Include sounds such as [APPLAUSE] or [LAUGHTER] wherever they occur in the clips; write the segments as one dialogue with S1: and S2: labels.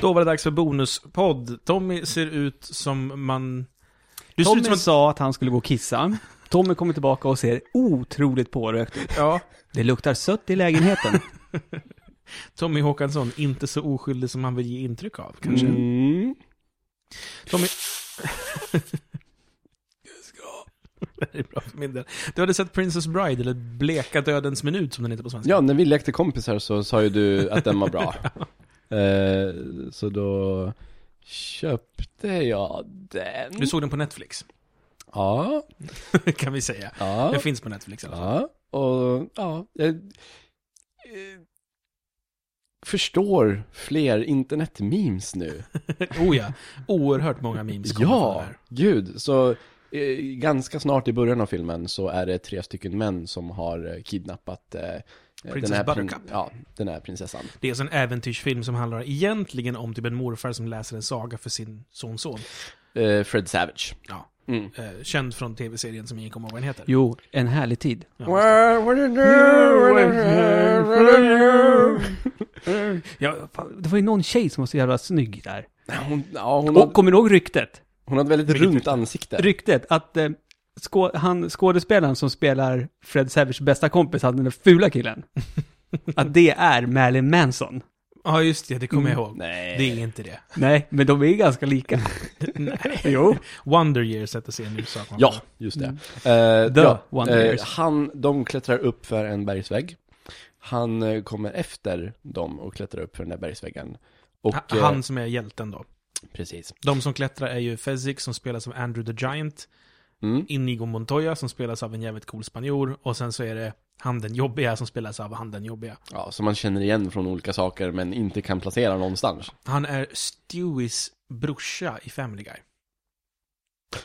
S1: då var det dags för bonuspodd. Tommy ser ut som man... Du ser
S2: Tommy
S1: ut som en...
S2: sa att han skulle gå och kissa. Tommy kommer tillbaka och ser otroligt pårökt ut.
S1: Ja,
S2: Det luktar sött i lägenheten.
S1: Tommy Håkansson, inte så oskyldig som han vill ge intryck av, kanske.
S2: Mm.
S1: Tommy... [LAUGHS] Det är bra för min del. Du hade sett Princess Bride, eller Bleka Dödens Minut som den heter på svenska.
S3: Ja, när vi lekte kompisar så sa ju du att den var bra. eh, så då köpte jag den.
S1: Du såg den på Netflix, [LAUGHS]
S3: Ja,
S1: kan vi säga. Den
S3: ja,
S1: finns på Netflix alltså. i alla fall.
S3: ja. Och ja, jag eh, förstår fler internetmemes nu.
S1: Oh ja, oerhört många memes kommer från [LAUGHS] det
S3: Ja,
S1: här.
S3: gud. Så eh, ganska snart i början av filmen så är det tre stycken män som har eh, kidnappat eh,
S1: Princess
S3: den här prin-
S1: Buttercup.
S3: Ja, den här prinsessan.
S1: Det är alltså en äventyrsfilm som handlar egentligen om typ en morfar som läser en saga för sin sonson.
S3: Eh, Fred Savage.
S1: Ja.
S3: Mm.
S1: Eh, känd från tv-serien som ingen kommer ihåg vad den heter.
S2: Jo, en härlig tid.
S1: Ja, ja,
S2: Fan, Det var ju någon tjej som var så jävla snygg där.
S3: Hon, ja, hon,
S2: Och
S3: hade,
S2: kommer du ihåg ryktet?
S3: hon hade väldigt
S1: Vilket
S3: runt
S1: rykte?
S3: ansikte.
S2: Ryktet att eh, skå- han, skådespelaren som spelar Fred Savages bästa kompis, han den där fula killen. att det är Marilyn Manson.
S1: ja, just det, det kommer jag ihåg.
S3: Mm. Nej.
S1: Det är inte det. [LAUGHS]
S2: Nej, men de är ju ganska lika.
S1: Nej.
S2: Jo.
S1: Wonder Years hette serien du sa. att man-
S3: Ja, just
S1: Mm.
S3: det. Eh,
S2: The
S3: ja,
S2: Wonder
S3: eh,
S2: Years.
S3: han, de klättrar upp för en bergsvägg. Han eh, kommer efter dem och klättrar upp för den där bergsväggen. Och,
S1: Ha-
S3: eh,
S1: Han som är hjälten då.
S3: Precis.
S1: De som klättrar är ju Fezzik som spelas av Andrew the Giant,
S3: Mm.
S1: Inigo Montoya som spelas av en jävligt cool spanjor, och sen så är det han den jobbiga som spelas av han den jobbiga.
S3: Ja, som man känner igen från olika saker men inte kan placera någonstans.
S1: Han är Stewies brorsa i Family Guy.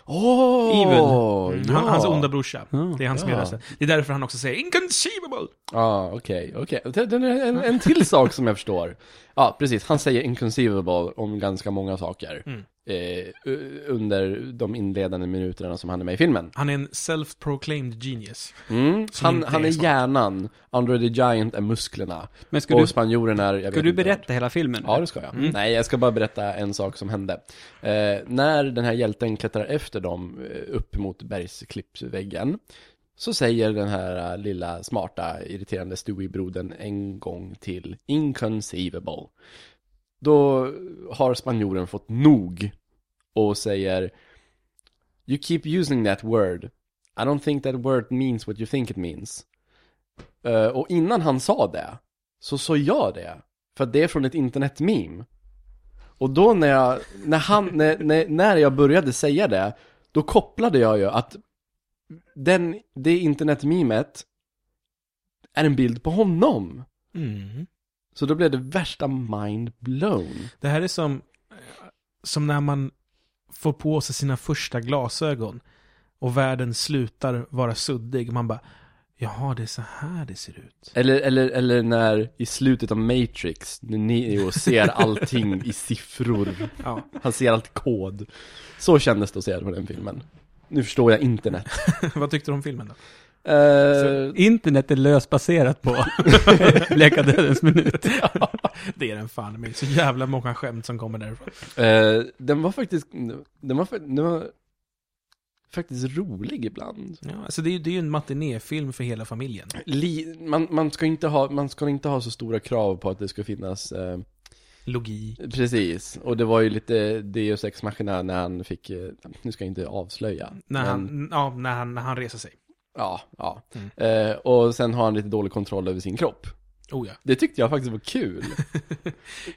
S3: Åh!
S1: Evil. Mm, han, hans onda brorsa.
S2: Ja,
S1: det är han som
S3: Mm. ja.
S1: gör rösten. Det är därför han också säger 'Inconceivable'
S3: Ja, Ah, okej, okej. Det- det är En, en till sak som jag förstår. Ja, precis. Han säger inconceivable om ganska många saker.
S1: Mm.
S3: Eh, u- under de inledande minuterna som han är med i filmen.
S1: Han är en self-proclaimed genius.
S3: Mm.
S1: Som
S3: Han,
S1: inte
S3: han
S1: är
S3: är
S1: smart.
S3: hjärnan, Android the Giant är musklerna.
S2: Men ska
S3: och
S2: du,
S3: spanjoren är, jag vet
S2: ska du
S3: inte.
S2: berätta hela filmen?
S3: Ja, det ska jag. Nej, jag ska bara berätta en sak som hände. Eh, när den här hjälten klättrar efter dem eh, upp mot bergsklippsväggen så säger den här eh, lilla smarta irriterande Stewie-brodern en gång till inconceivable. Då har spanjoren fått nog och säger You keep using that word. I don't think that word means what you think it means. Eh, och innan han sa det så sa jag det. För att det är från ett internetmeme. Och då när jag, när, han, när, när, när jag började säga det, då kopplade jag ju att den, det internetmemet är en bild på honom.
S1: Mm.
S3: Så då blev det värsta mind blown.
S1: Det här är som, som när man får på sig sina första glasögon och världen slutar vara suddig. Man bara, jaha, det är så här det ser ut. [LAUGHS]
S3: Eller, eller, eller när i slutet av Matrix, när Neo ser allting i siffror.
S1: Ja.
S3: Han ser allt kod. Så kändes det att se det på den filmen. Nu förstår jag internet.
S1: Vad tyckte du om filmen då?
S3: Eh,
S2: Internet är löst baserat på [LAUGHS] Leka dödens minut.
S1: Det är den fan med. Så jävla många skämt som kommer därifrån.
S3: Eh, den var faktiskt, den var, fa- den var faktiskt rolig ibland.
S1: Ja, alltså det är ju det är ju en matinéfilm för hela familjen.
S3: Li, man, man, ska inte ha, man ska inte ha så stora krav på att det ska finnas, eh,
S1: Logik.
S3: precis. Och det var ju lite Deus Ex Machina när han fick, eh, nu ska jag inte avslöja.
S1: När
S3: men-
S1: han, Mm. ja, när han, när han reser sig.
S3: Ja, ja. Eh, och sen har han lite dålig kontroll över sin kropp.
S1: Oh ja.
S3: Det tyckte jag faktiskt
S1: [LAUGHS]
S3: var kul.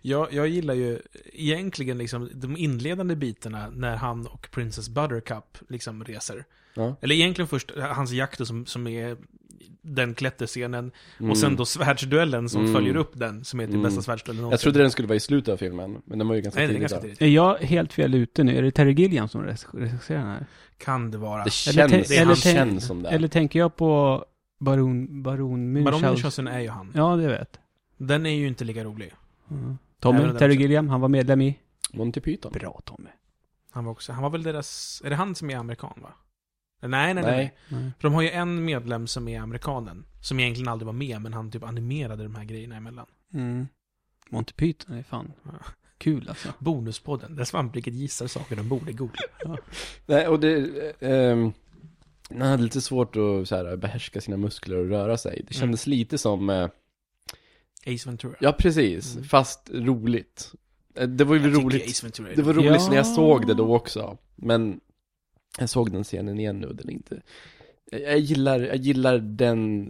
S1: Jag, jag gillar ju egentligen liksom de inledande bitarna när han och Princess Buttercup liksom reser.
S3: Ja.
S1: Eller egentligen först eh, hans jakt då som, som är den klätterscenen.
S3: Mm.
S1: Och sen då svärdsduellen som följer upp den, som är typ bästa svärdsduellen
S3: Mm. Jag trodde den skulle vara i slutet av filmen, men den var ju ganska
S1: Nej, det är
S3: tidigt.
S1: ganska
S3: där.
S1: tidigt.
S2: Är jag helt fel ute nu? Är det Terry Gilliam som rec- regisserar den här?
S1: Kan det vara.
S3: Det
S2: Eller
S3: känns,
S2: tänk- eller
S3: det
S2: tänk-
S3: känns som det.
S2: Eller tänker jag på Baron, Baron
S1: Baron
S2: Munchausen?
S1: Munchausen är ju han.
S2: Ja, det vet.
S1: Den är ju inte lika rolig. Även
S2: Tommy,
S1: den
S2: Terry
S1: också.
S2: Gilliam, han var medlem i...
S3: Monty Python.
S2: Bra Tommy.
S1: Han var också, han var väl deras, är det han som är amerikan va? Nej, nej, nej.
S3: Nej.
S2: Nej.
S1: För de har ju en medlem som är amerikanen. Som egentligen aldrig
S2: Mm.
S1: var med, men han typ animerade de här grejerna emellan.
S2: Monty Python är fan... Kul alltså.
S1: Bonuspodden, där svampriket gissar saker de borde googla.
S3: Nej, och det... ehm, han hade lite svårt att så här, behärska sina muskler och röra sig.
S1: Mm.
S3: Det kändes lite som... Eh,
S1: Ace Ventura.
S3: ja, precis.
S1: Mm.
S3: Fast roligt. Eh, Det var ju
S1: Jag tycker
S3: roligt.
S1: Ace Ventura är
S3: Det var roligt
S2: Ja.
S3: när jag såg det då också. Men jag såg den scenen igen nu och den är inte... Jag jag gillar, jag gillar den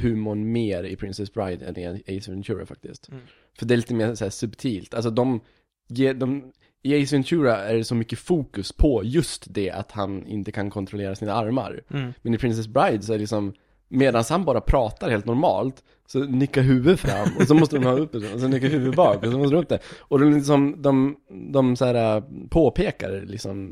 S3: humorn mer i Princess Bride än i Ace Ventura faktiskt.
S1: Mm.
S3: För det är lite mer så här subtilt. Alltså de, ger- de, i Ace Ventura är det så mycket fokus på just det att han inte kan kontrollera sina armar.
S1: Mm.
S3: Men i Princess Bride så är det liksom Medan han bara pratar helt normalt Så nickar huvudet fram och så måste de ha upp det Och så nickar huvudet bak och så måste de upp det Och de liksom, de, de så här äh, påpekar det liksom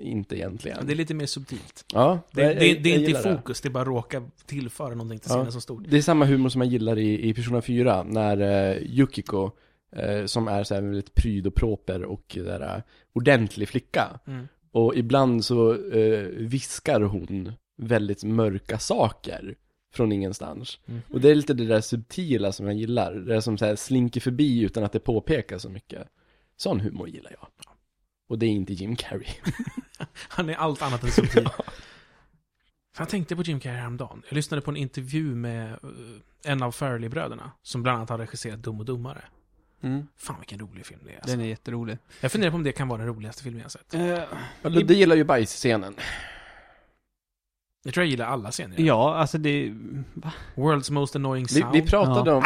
S3: inte
S1: Ja,
S3: egentligen
S1: Det är lite mer subtilt.
S3: Ja,
S1: Det,
S3: jag-
S1: det,
S3: jag-
S1: det är
S3: jag
S1: inte i
S3: gillar det.
S1: fokus, det är bara råka tillföra någonting till
S3: Ja.
S1: scenen som stod.
S3: Det är samma humor som jag gillar i, i Persona 4 när eh, Yukiko eh, Som är så här väldigt pryd och proper och där, eh, ordentlig flicka
S1: Mm.
S3: Och ibland så eh, viskar hon väldigt mörka saker från ingenstans.
S1: Mhm.
S3: Och det är lite det där subtila som jag gillar. Det där som så här slinker förbi utan att det påpekas så mycket. Sån humor gillar jag. Och det är inte
S1: [LAUGHS]
S3: Jim Carrey.
S1: Han är allt annat än [LAUGHS] subtil. För Jag tänkte på Jim Carrey häromdagen. Jag lyssnade på en intervju med eh, en av Farrelly-bröderna, som bland annat har regisserat Dum och Dummare.
S2: Mm.
S1: Fan vilken rolig film det är. Alltså.
S2: Den är jätterolig.
S1: Jag funderar på om det kan vara den roligaste filmen jag har sett.
S3: Ja, det, det gillar ju bajsscenen.
S1: Jag tror jag gillar alla scener.
S2: ja, alltså det... Va?
S1: World's Most Annoying
S3: Vi,
S1: Sound.
S3: vi
S1: [LAUGHS]
S3: pratade om...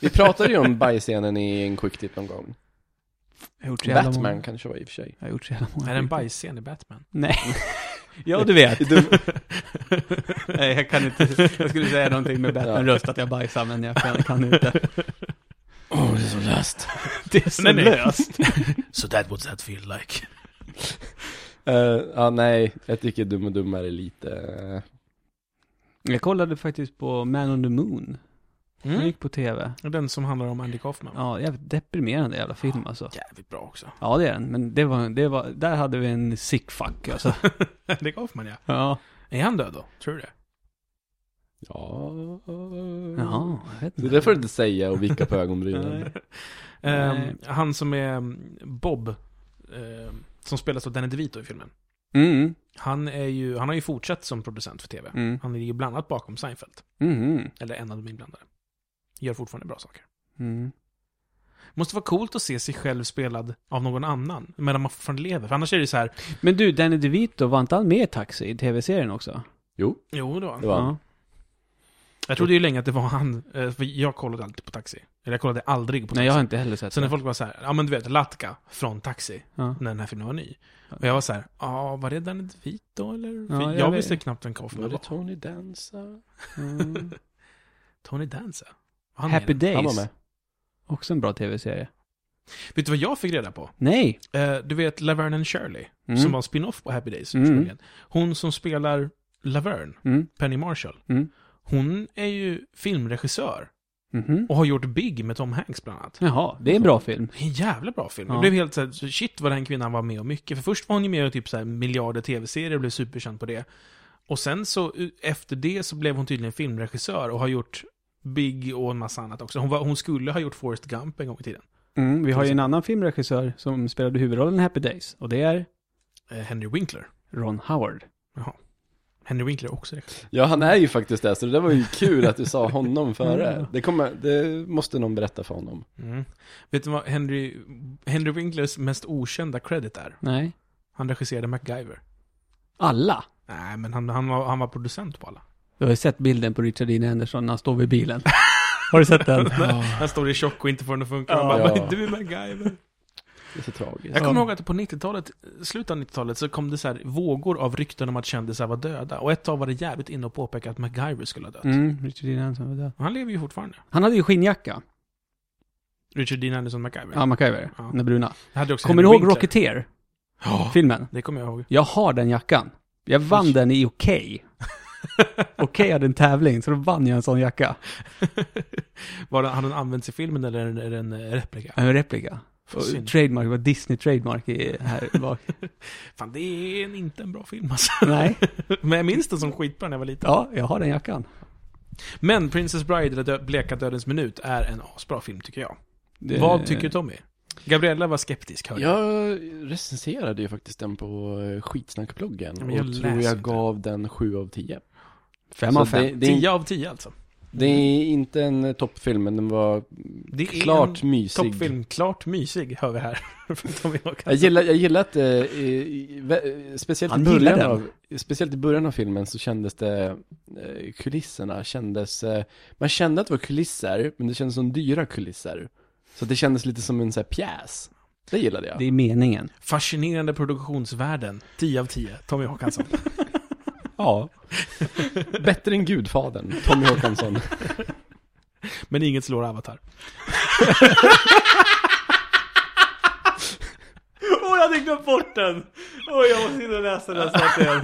S3: Vi pratade ju om bajsscenen i en quick tip någon gång.
S2: Jag har gjort så jävla
S3: Batman
S2: många.
S3: kanske var i och för sig.
S2: Jag har gjort så jävla många.
S1: Är det en bajsscen i [LAUGHS] Batman?
S2: Nej. ja, du vet.
S3: Du,
S2: [LAUGHS] Nej, jag kan inte. Jag skulle säga någonting med Batman-röst att jag bajsar, men jag kan, kan inte.
S1: [LAUGHS]
S3: oh, det är så löst.
S2: Det är så
S1: Nej, nej.
S2: löst.
S1: [LAUGHS] So that what that feel like.
S3: Eh, ja, nej. Jag tycker Dum och Dummare är lite... eh,
S2: Jag kollade faktiskt på Man on the Moon. Den
S1: Mm.
S2: gick på tv.
S1: Den som handlar om Andy Kaufman.
S2: Ja, jävligt deprimerande jävla film alltså.
S1: Jävligt bra också.
S2: Ja, det är den. Men det var, det var, där hade vi en sick fuck alltså.
S1: [LAUGHS] Andy Kaufman ja.
S2: Ja.
S1: Är han död då? Tror du det?
S3: Ja...
S2: Jaha, jag vet
S3: Det
S2: inte.
S3: där får du inte säga och vicka på ögonbrynen.
S2: Nej. Nej.
S1: Ehm, han som är mm, Bob, ehm, som spelas av Danny DeVito i filmen.
S2: Mm,
S1: Han, är ju, han har ju fortsatt som producent för tv.
S2: mm,
S1: Han är ju bland annat bakom Seinfeld.
S2: mm, mm,
S1: Eller en av de inblandade. Gör fortfarande bra saker.
S2: mm.
S1: Måste vara coolt att se sig själv spelad av någon annan. Medan man fortfarande lever. För annars är det ju så här.
S2: Men du, Danny DeVito, var inte han med i Taxi i tv-serien också?
S3: Jo,
S1: Jo då.
S3: det var han.
S1: Jag trodde ju länge att det var han. eh, För jag kollade alltid på Taxi. Eller jag kollade aldrig på Taxi.
S2: Nej, jag har inte heller sett
S1: Så när
S2: det.
S1: folk var så här, ja men du vet, Latka från Taxi,
S2: Ja.
S1: när den här filmen var ny. Och jag var så här, ja, var det Danny DeVito eller? För
S2: Ja,
S1: jag,
S2: jag vet.
S1: visste knappt vem Kaufman
S3: Var det
S1: var.
S3: Tony Danza?
S2: Mm.
S1: [LAUGHS] Tony Danza. Var han med
S2: Happy
S1: i den?
S2: Days.
S3: Han var med.
S2: Också en bra tv-serie.
S1: Vet du vad jag fick reda på?
S2: Nej!
S1: Eh, du vet Laverne and Shirley,
S2: Mm.
S1: som var en spin-off på Happy Days
S2: Mm.
S1: ursprungligen. Hon som spelar Laverne,
S2: Mm.
S1: Penny Marshall,
S2: Mm.
S1: hon är ju filmregissör
S2: Mhm.
S1: och har gjort Big med Tom Hanks bland annat.
S2: Jaha, det är en bra film.
S1: Det är En jävla bra film.
S2: Ja.
S1: Jag blev helt såhär, shit vad den kvinnan var med om mycket. För först var hon ju med i typ såhär miljarder tv-serier och blev superkänd på det. Och sen så, u- efter det så blev hon tydligen filmregissör och har gjort Big och en massa annat också. Hon, var, hon skulle ha gjort Forrest Gump en gång i tiden.
S2: Mm, vi har ju en annan filmregissör som spelade huvudrollen i Happy Days. Och det är
S1: Eh, Henry Winkler.
S2: Ron Howard.
S1: Henry Winkler är också regissör.
S3: Ja, han är ju faktiskt det, så det där var ju kul att du sa honom före. Det, kommer, det måste någon berätta för honom.
S1: Mm. Vet du vad Henry, Henry Winklers mest okända credit är?
S2: Nej.
S1: Han regisserade MacGyver.
S2: Alla!
S1: Nej, men han, han, var, han var producent på alla.
S2: Du har ju sett bilden på Richard Dean Anderson när han står vid bilen. [LAUGHS] Har du sett [LAUGHS] den?
S1: Han står i tjock och inte får den att funka.
S2: Ja.
S1: Han bara,
S3: Ja.
S1: men du är MacGyver.
S3: Det är så tragiskt.
S1: Jag kommer ihåg att på 90-talet, slutet av 90-talet, så kom det så här vågor av rykten om att kändisar var döda. Och ett tag var det jävligt inne och påpeka att MacGyver skulle ha dött.
S2: Mm, Richard Dean Anderson var död.
S1: Och han lever ju fortfarande.
S2: Han hade ju skinnjacka.
S1: Richard Dean Anderson MacGyver.
S2: Ja, MacGyver.
S1: Ja.
S2: Den bruna.
S1: Det hade också
S2: Kommer du
S1: Henry
S2: ihåg
S1: Winkler.
S2: Rocketeer?
S1: Ja,
S2: Filmen?
S1: det kommer jag ihåg. [LAUGHS]
S2: Jag har den jackan. Jag vann den i [LAUGHS] Okej. Okej hade en tävling, så då vann jag en sån jacka.
S1: var det, hade den använts i filmen eller är det en replika?
S2: En replika.
S1: För
S2: Och
S1: synd.
S2: trademark var Disney trademark i, [LAUGHS] här bak.
S1: Fan, det är en, inte en bra film alltså. [LAUGHS]
S2: Nej.
S1: Men jag minns den som skitbra när jag var liten.
S2: Ja, jag har den jackan.
S1: Men Princess Bride eller Dö- Bleka Dödens Minut är en asbra film tycker jag.
S2: Det-
S1: Vad tycker Tommy? Gabriella var skeptisk, hörde jag.
S3: Jag recenserade ju faktiskt den på eh, skitsnackbloggen.
S1: Ja, men jag
S3: och tror
S1: läser
S3: jag
S1: inte.
S3: gav den 7 av 10.
S2: Fem
S3: Så
S2: av fem.
S3: Det, det, är,
S1: 10 av 10 alltså.
S3: det är inte en eh, toppfilm, men den var
S1: Det är
S3: klart
S1: en
S3: mysig.
S1: toppfilm. Klart mysig, hör vi här. [LAUGHS] från Tommy
S3: Jag
S1: Håkansson.
S3: gillar, jag gillar att, eh, i- i- vä- eh, speciellt, i
S2: Han gillar
S3: början
S2: den.
S3: av, speciellt i början av filmen så kändes det, eh, kulisserna kändes, eh, man kände att det var kulisser, men det kändes som dyra kulisser. Så det kändes lite som en så här, pjäs. Det gillade jag.
S2: Det är meningen.
S1: Fascinerande produktionsvärden. 10 av 10. Tommy Håkansson.
S3: Ja. [LAUGHS] Bättre än Gudfadern, Tommy
S2: [LAUGHS]
S3: Håkansson.
S1: Men inget slår Avatar.
S2: [LAUGHS] Åh, jag hade glömt bort den! Åh, jag måste inte läsa den snart [LAUGHS] igen.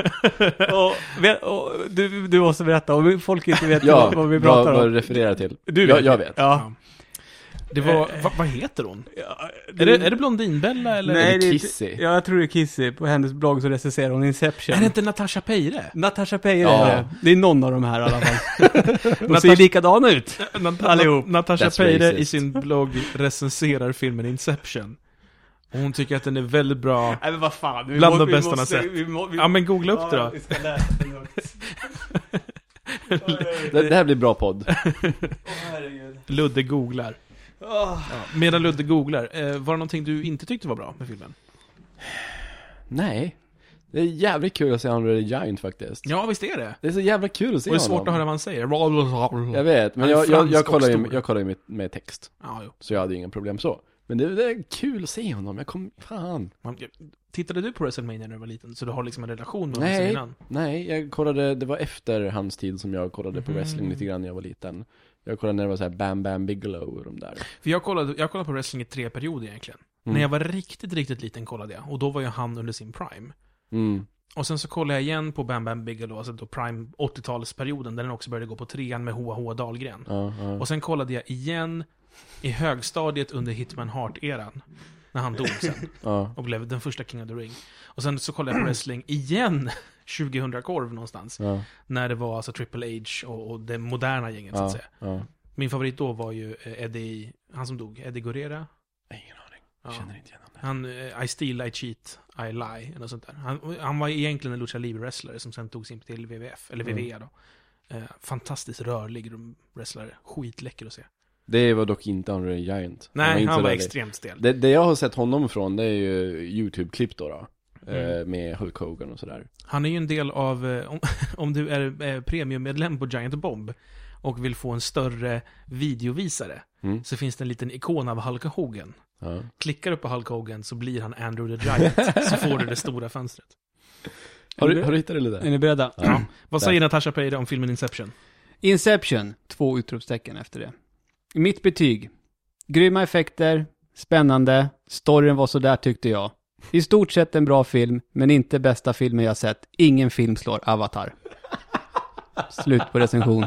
S2: Och, ve- och, du, du måste berätta, om folk inte vet
S3: Ja,
S2: vad, vad vi
S3: vad,
S2: pratar
S3: vad
S2: om.
S3: refererar till.
S2: Du
S3: jag, jag vet.
S2: Ja.
S1: Det var, va, vad heter hon?
S2: Ja,
S1: Är det, är det Blondinbella eller?
S2: Nej,
S3: Är det
S2: det är
S3: Kissy?
S2: Ja, jag tror det är Kissy. På hennes blogg så recenserar hon Inception.
S1: Är det inte Natasha Peire?
S2: Natasha Peire
S3: Ja.
S2: är det. Det är någon av de här i alla [LAUGHS] fall. De ser
S1: Natasha-
S2: ju likadana ut.
S1: Nat-
S2: [LAUGHS] Allihop.
S1: Nat- Natasha
S3: That's
S1: Peire i
S3: racist.
S1: sin blogg recenserar filmen Inception. Och hon tycker att den är väldigt bra.
S2: Nej men vad fan. Vi
S1: Bland
S2: må-
S1: de
S2: vi
S1: bästa man
S2: måste-
S1: sett.
S2: vi må- vi-
S1: Ja men googla upp det
S2: Ja,
S1: då.
S2: vi ska läsa det högt.
S1: [LAUGHS]
S3: Det, det här blir bra podd.
S2: Åh, herregud.
S1: Ludde googlar.
S2: Åh.
S1: Ja. Medan Ludde googlar, eh, var det någonting du inte tyckte var bra med filmen?
S3: Nej. Det är jävligt kul att se Andre the Giant faktiskt.
S1: Ja, visst är det.
S3: Det är så jävla kul att se
S1: Och det är
S3: honom.
S1: svårt att höra vad han säger.
S3: Jag vet, men
S1: Han är
S3: jag, jag, jag
S1: fransk och
S3: kollar ju,
S1: stor.
S3: jag kollar ju med, med text.
S1: Ja, jo.
S3: Så jag hade ju inga problem så. Men det, det är kul att se honom, jag kom, fan.
S1: Man, tittade du på WrestleMania när du var liten? Så du har liksom en relation med honom sen
S3: Nej,
S1: innan?
S3: nej, jag kollade, det var efter hans tid som jag kollade på wrestling
S1: Mhm.
S3: lite grann när jag var liten. Jag kollade när det var så här Bam Bam Bigelow och de där.
S1: För jag kollade, jag kollade på wrestling i tre perioder egentligen.
S3: Mm.
S1: När jag var riktigt, riktigt liten kollade jag. Och då var ju han under sin prime.
S3: Mm.
S1: Och sen så kollade jag igen på Bam Bam Bigelow, alltså då prime 80-talsperioden, där den också började gå på trean med H.H. Dahlgren.
S3: Ja, ja.
S1: Och sen kollade jag igen i högstadiet under Hitman Hart-eran. När han dog sen
S3: ja.
S1: och blev den första King of the Ring. Och sen så kollade jag på wrestling igen [LAUGHS] 2000-korv någonstans.
S3: Ja,
S1: När det var alltså Triple H och, och det moderna gänget så
S3: ja,
S1: att säga.
S3: ja.
S1: Min favorit då var ju eh, Eddie, han som dog, Eddie Guerrera.
S3: Ingen aning,
S1: Ja.
S3: känner inte igen honom.
S1: Han, eh, I steal, I cheat, I lie, eller något sånt där. Han, han var egentligen en Lucha Libre-wrestlare som sen togs in till WWF, eller
S3: Mm.
S1: WWE då. Eh, fantastiskt rörlig wrestlare, skitläcker att se.
S3: Det var dock inte Andre the Giant.
S1: Nej, han
S3: inte
S1: var,
S3: så rörlig.
S1: extremt stel.
S3: Det, det jag har sett honom från, det är ju YouTube-klipp då. då.
S1: Mm.
S3: Eh, Med Hulk Hogan och sådär.
S1: Han är ju en del av, eh, om, [LAUGHS] om du är eh, premiummedlem på Giant Bomb och vill få en större videovisare,
S3: Mm.
S1: så finns det en liten ikon av Hulk Hogan.
S3: Ja.
S1: Klickar du på Hulk Hogan så blir han Andrew the Giant, så får du det stora fönstret.
S3: Har, du, har du hittat det
S2: Är
S3: lite?
S2: ni beredda?
S3: Ja.
S1: Vad säger Natasha Peire om filmen Inception?
S2: Inception, två utropstecken efter det. Mitt betyg. Grymma effekter, spännande, storyn var sådär tyckte jag. I stort sett en bra film, men inte bästa filmen jag sett. Ingen film slår Avatar. Slut på recension.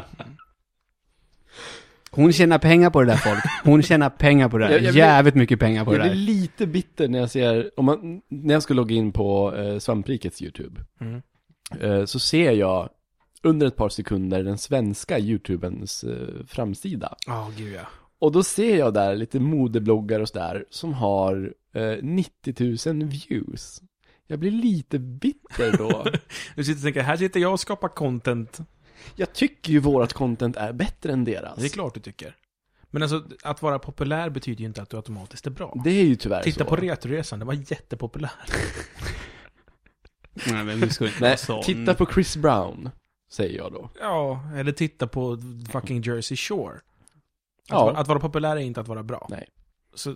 S2: Hon tjänar pengar på det där folk. Hon tjänar pengar på det där.
S3: Jag- jag blir-
S2: Jävligt mycket pengar på det
S3: Jag blir
S2: där.
S3: lite bitter när jag ser, om man, när jag ska logga in på eh, Svamprikets YouTube,
S1: Mm.
S3: eh, så ser jag under ett par sekunder den svenska YouTubens eh, framsida.
S1: Ja, gud ja.
S3: Och då ser jag där lite modebloggar och sådär som har eh, 90 000 views. Jag blir lite bitter då.
S1: Du sitter och tänker, här sitter jag och skapar content.
S3: jag tycker ju vårat content är bättre än deras.
S1: Alltså, Det är klart du tycker. Men alltså, att vara populär betyder ju inte att du automatiskt är bra.
S3: Det är ju tyvärr
S1: Titta
S3: så.
S1: på Retroresan, den var jättepopulär.
S2: Nej, men vi ska inte
S3: Nej,
S2: vara sån.
S3: titta på Chris Brown, säger jag
S1: Alltså,
S3: då.
S1: Ja, eller titta på fucking Jersey Shore. Att,
S3: Ja.
S1: vara, att vara populär är inte att vara bra.
S3: Nej.
S1: Så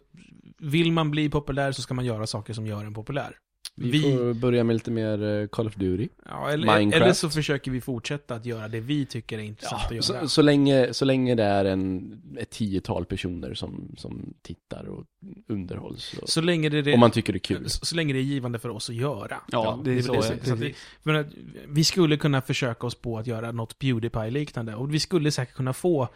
S1: vill man bli populär så ska man göra saker som gör en populär.
S3: Vi,
S1: Vi-
S3: får börja med lite mer eh, Call of Duty.
S1: Ja, eller,
S3: Minecraft.
S1: eller så försöker vi fortsätta att göra det vi tycker är intressant att göra.
S3: så, så, länge, så länge det är en, ett tiotal personer som, som tittar och underhålls. Och,
S1: Så länge det är
S3: och man tycker det är kul.
S1: Så, så länge det är givande för oss att göra.
S2: Ja, det är
S1: väl
S2: så.
S1: det
S2: ja,
S1: som- så att vi,
S2: precis.
S1: men att vi skulle kunna försöka oss på att göra något Pewdiepie-liknande. Och vi skulle säkert kunna få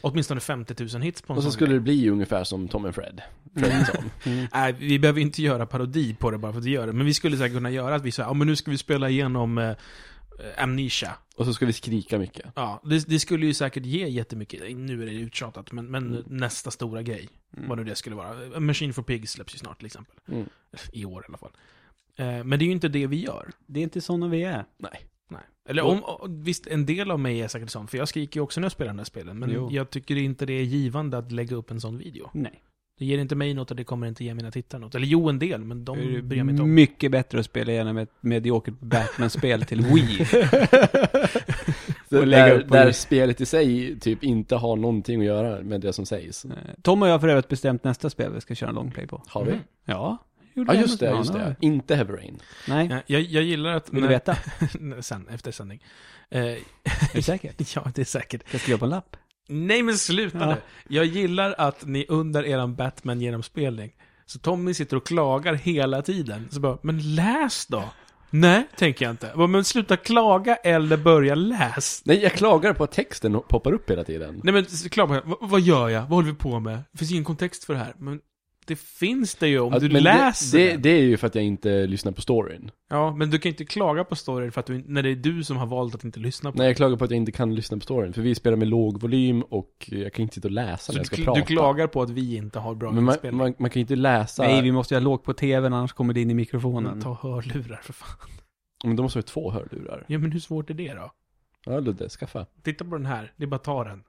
S1: åtminstone 50 000 hits på en
S3: Och så
S1: sån
S3: skulle
S1: grej. Mm.
S3: det bli ungefär som Tom and Fred. Fredriksson.
S1: Nej, vi behöver inte göra parodi på det bara för att vi gör det. Men vi skulle säkert kunna göra att vi säger, ja men nu ska vi spela igenom eh, eh, Amnesia.
S3: Och så ska vi skrika mycket.
S1: Ja, det, det skulle ju säkert ge jättemycket, nu är det uttjatat, men, men nästa stora grej, vad nu det skulle vara. Machine for Pigs släpps ju snart till exempel.
S3: Mm.
S1: I år i alla fall. Eh, Men det är ju inte det vi gör.
S2: Det är inte sådana vi är.
S3: Nej.
S1: Nej. Eller om, om- visst, en del av mig är säkert sån, för jag skriker ju också när jag spelar de här spelen. Men
S2: Jo.
S1: jag tycker inte det är givande att lägga upp en sån video.
S2: Nej.
S1: Det ger inte mig något och det kommer inte ge mina tittare något. Eller jo, en del, men de bryr jag mig inte om.
S2: mycket bättre att spela igenom ett mediokert Batman-spel till Wii.
S3: Det,
S2: lägga
S3: där,
S2: upp på
S3: där
S2: det.
S3: spelet i sig typ inte har någonting att göra med det som sägs.
S2: Eh, Tom och jag har för övrigt bestämt nästa spel vi ska köra en longplay på.
S3: Har vi?
S1: Mm.
S2: Ja, gjorde
S3: Ja,
S2: vi
S3: just
S2: en
S3: det,
S2: sån
S3: just
S2: annan.
S3: det. Inte Heavy Rain.
S2: Nej,
S1: Ja, Jag, jag gillar att...
S2: vill
S1: [LAUGHS]
S2: du
S3: [LAUGHS]
S2: veta?
S1: sen, efter sändning. Eh, [LAUGHS]
S2: Är du säker?
S1: ja, det är säkert.
S2: Ska jag skriva på en lapp?
S1: Nej, men sluta
S2: Ja.
S1: nu. Jag gillar att ni under eran Batman-genomspelning, så Tommy sitter och klagar hela tiden. Så bara, men läs då! Nej, tänker jag inte. Jag bara, Men sluta klaga eller börja läs.
S3: Nej, jag klagar på att texten poppar upp hela tiden.
S1: Nej men s- klart, man- vad, vad gör jag? Vad håller vi på med? Det finns ingen kontext för det här. Men det finns det ju om
S3: Ja,
S1: du
S3: men det-
S1: läser
S3: det,
S1: det,
S3: det, är ju för att jag inte lyssnar på storyn.
S1: Ja, men du kan ju inte klaga på storyn för att du, när det är du som har valt att inte lyssna på
S3: Nej, jag klagar på att jag inte kan lyssna på storyn. För vi spelar med låg volym och jag kan inte sitta och
S1: Så
S3: läsa när
S1: du,
S3: jag ska
S1: kl-
S3: prata.
S1: du klagar på att vi inte har bra
S3: Men man,
S1: inspelning.
S3: man, man kan ju inte läsa.
S2: Nej, vi måste ju ha lågt på tvn, annars kommer det in i mikrofonen.
S1: Men
S3: Mm,
S1: Mm. Ta hörlurar för fan.
S3: Men då måste vi ha två hörlurar.
S1: Ja, men hur svårt är det då?
S3: Ja, Ludde, skaffa.
S1: Titta på den här, det är bara att ta den.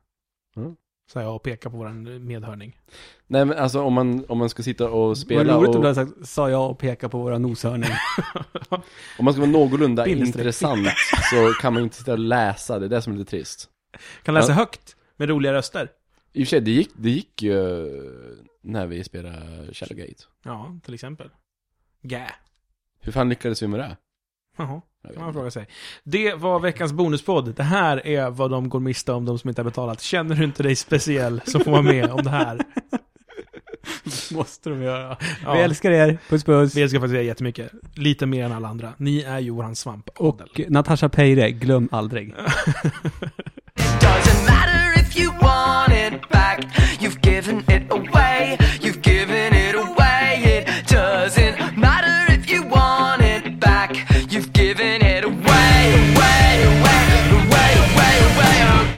S3: Mm.
S1: Så jag och pekar på våran eh, medhörning.
S3: Nej, men alltså om man, om man ska sitta och
S2: Vad
S3: spela
S2: roligt om
S3: och...
S2: du hade sagt, typ sa jag och pekade på våra
S3: [LAUGHS]
S2: noshörning.
S3: Om man ska vara någorlunda
S2: Bindestreck.
S3: intressant så kan man inte sitta och läsa, det är det som är lite trist.
S1: Kan läsa
S3: Ja.
S1: högt, med roliga röster.
S3: I och för sig, det gick, det gick ju när vi spelade Shadowgate.
S1: Ja, till exempel. Gä.
S3: Hur fan lyckades vi med det?
S1: Jaha.
S3: Jag vet
S1: kan man
S3: inte.
S1: fråga sig. Det var veckans bonuspodd. Det här är vad de går miste om, de som inte har betalat. Känner du inte dig speciell så får vara med om det här.
S2: måste de göra.
S1: Ja,
S2: Vi älskar er, puss puss.
S1: vi älskar faktiskt er jättemycket. Lite mer än alla andra. Ni är ju våran svampadel.
S2: Och Natasha Peire, glöm aldrig.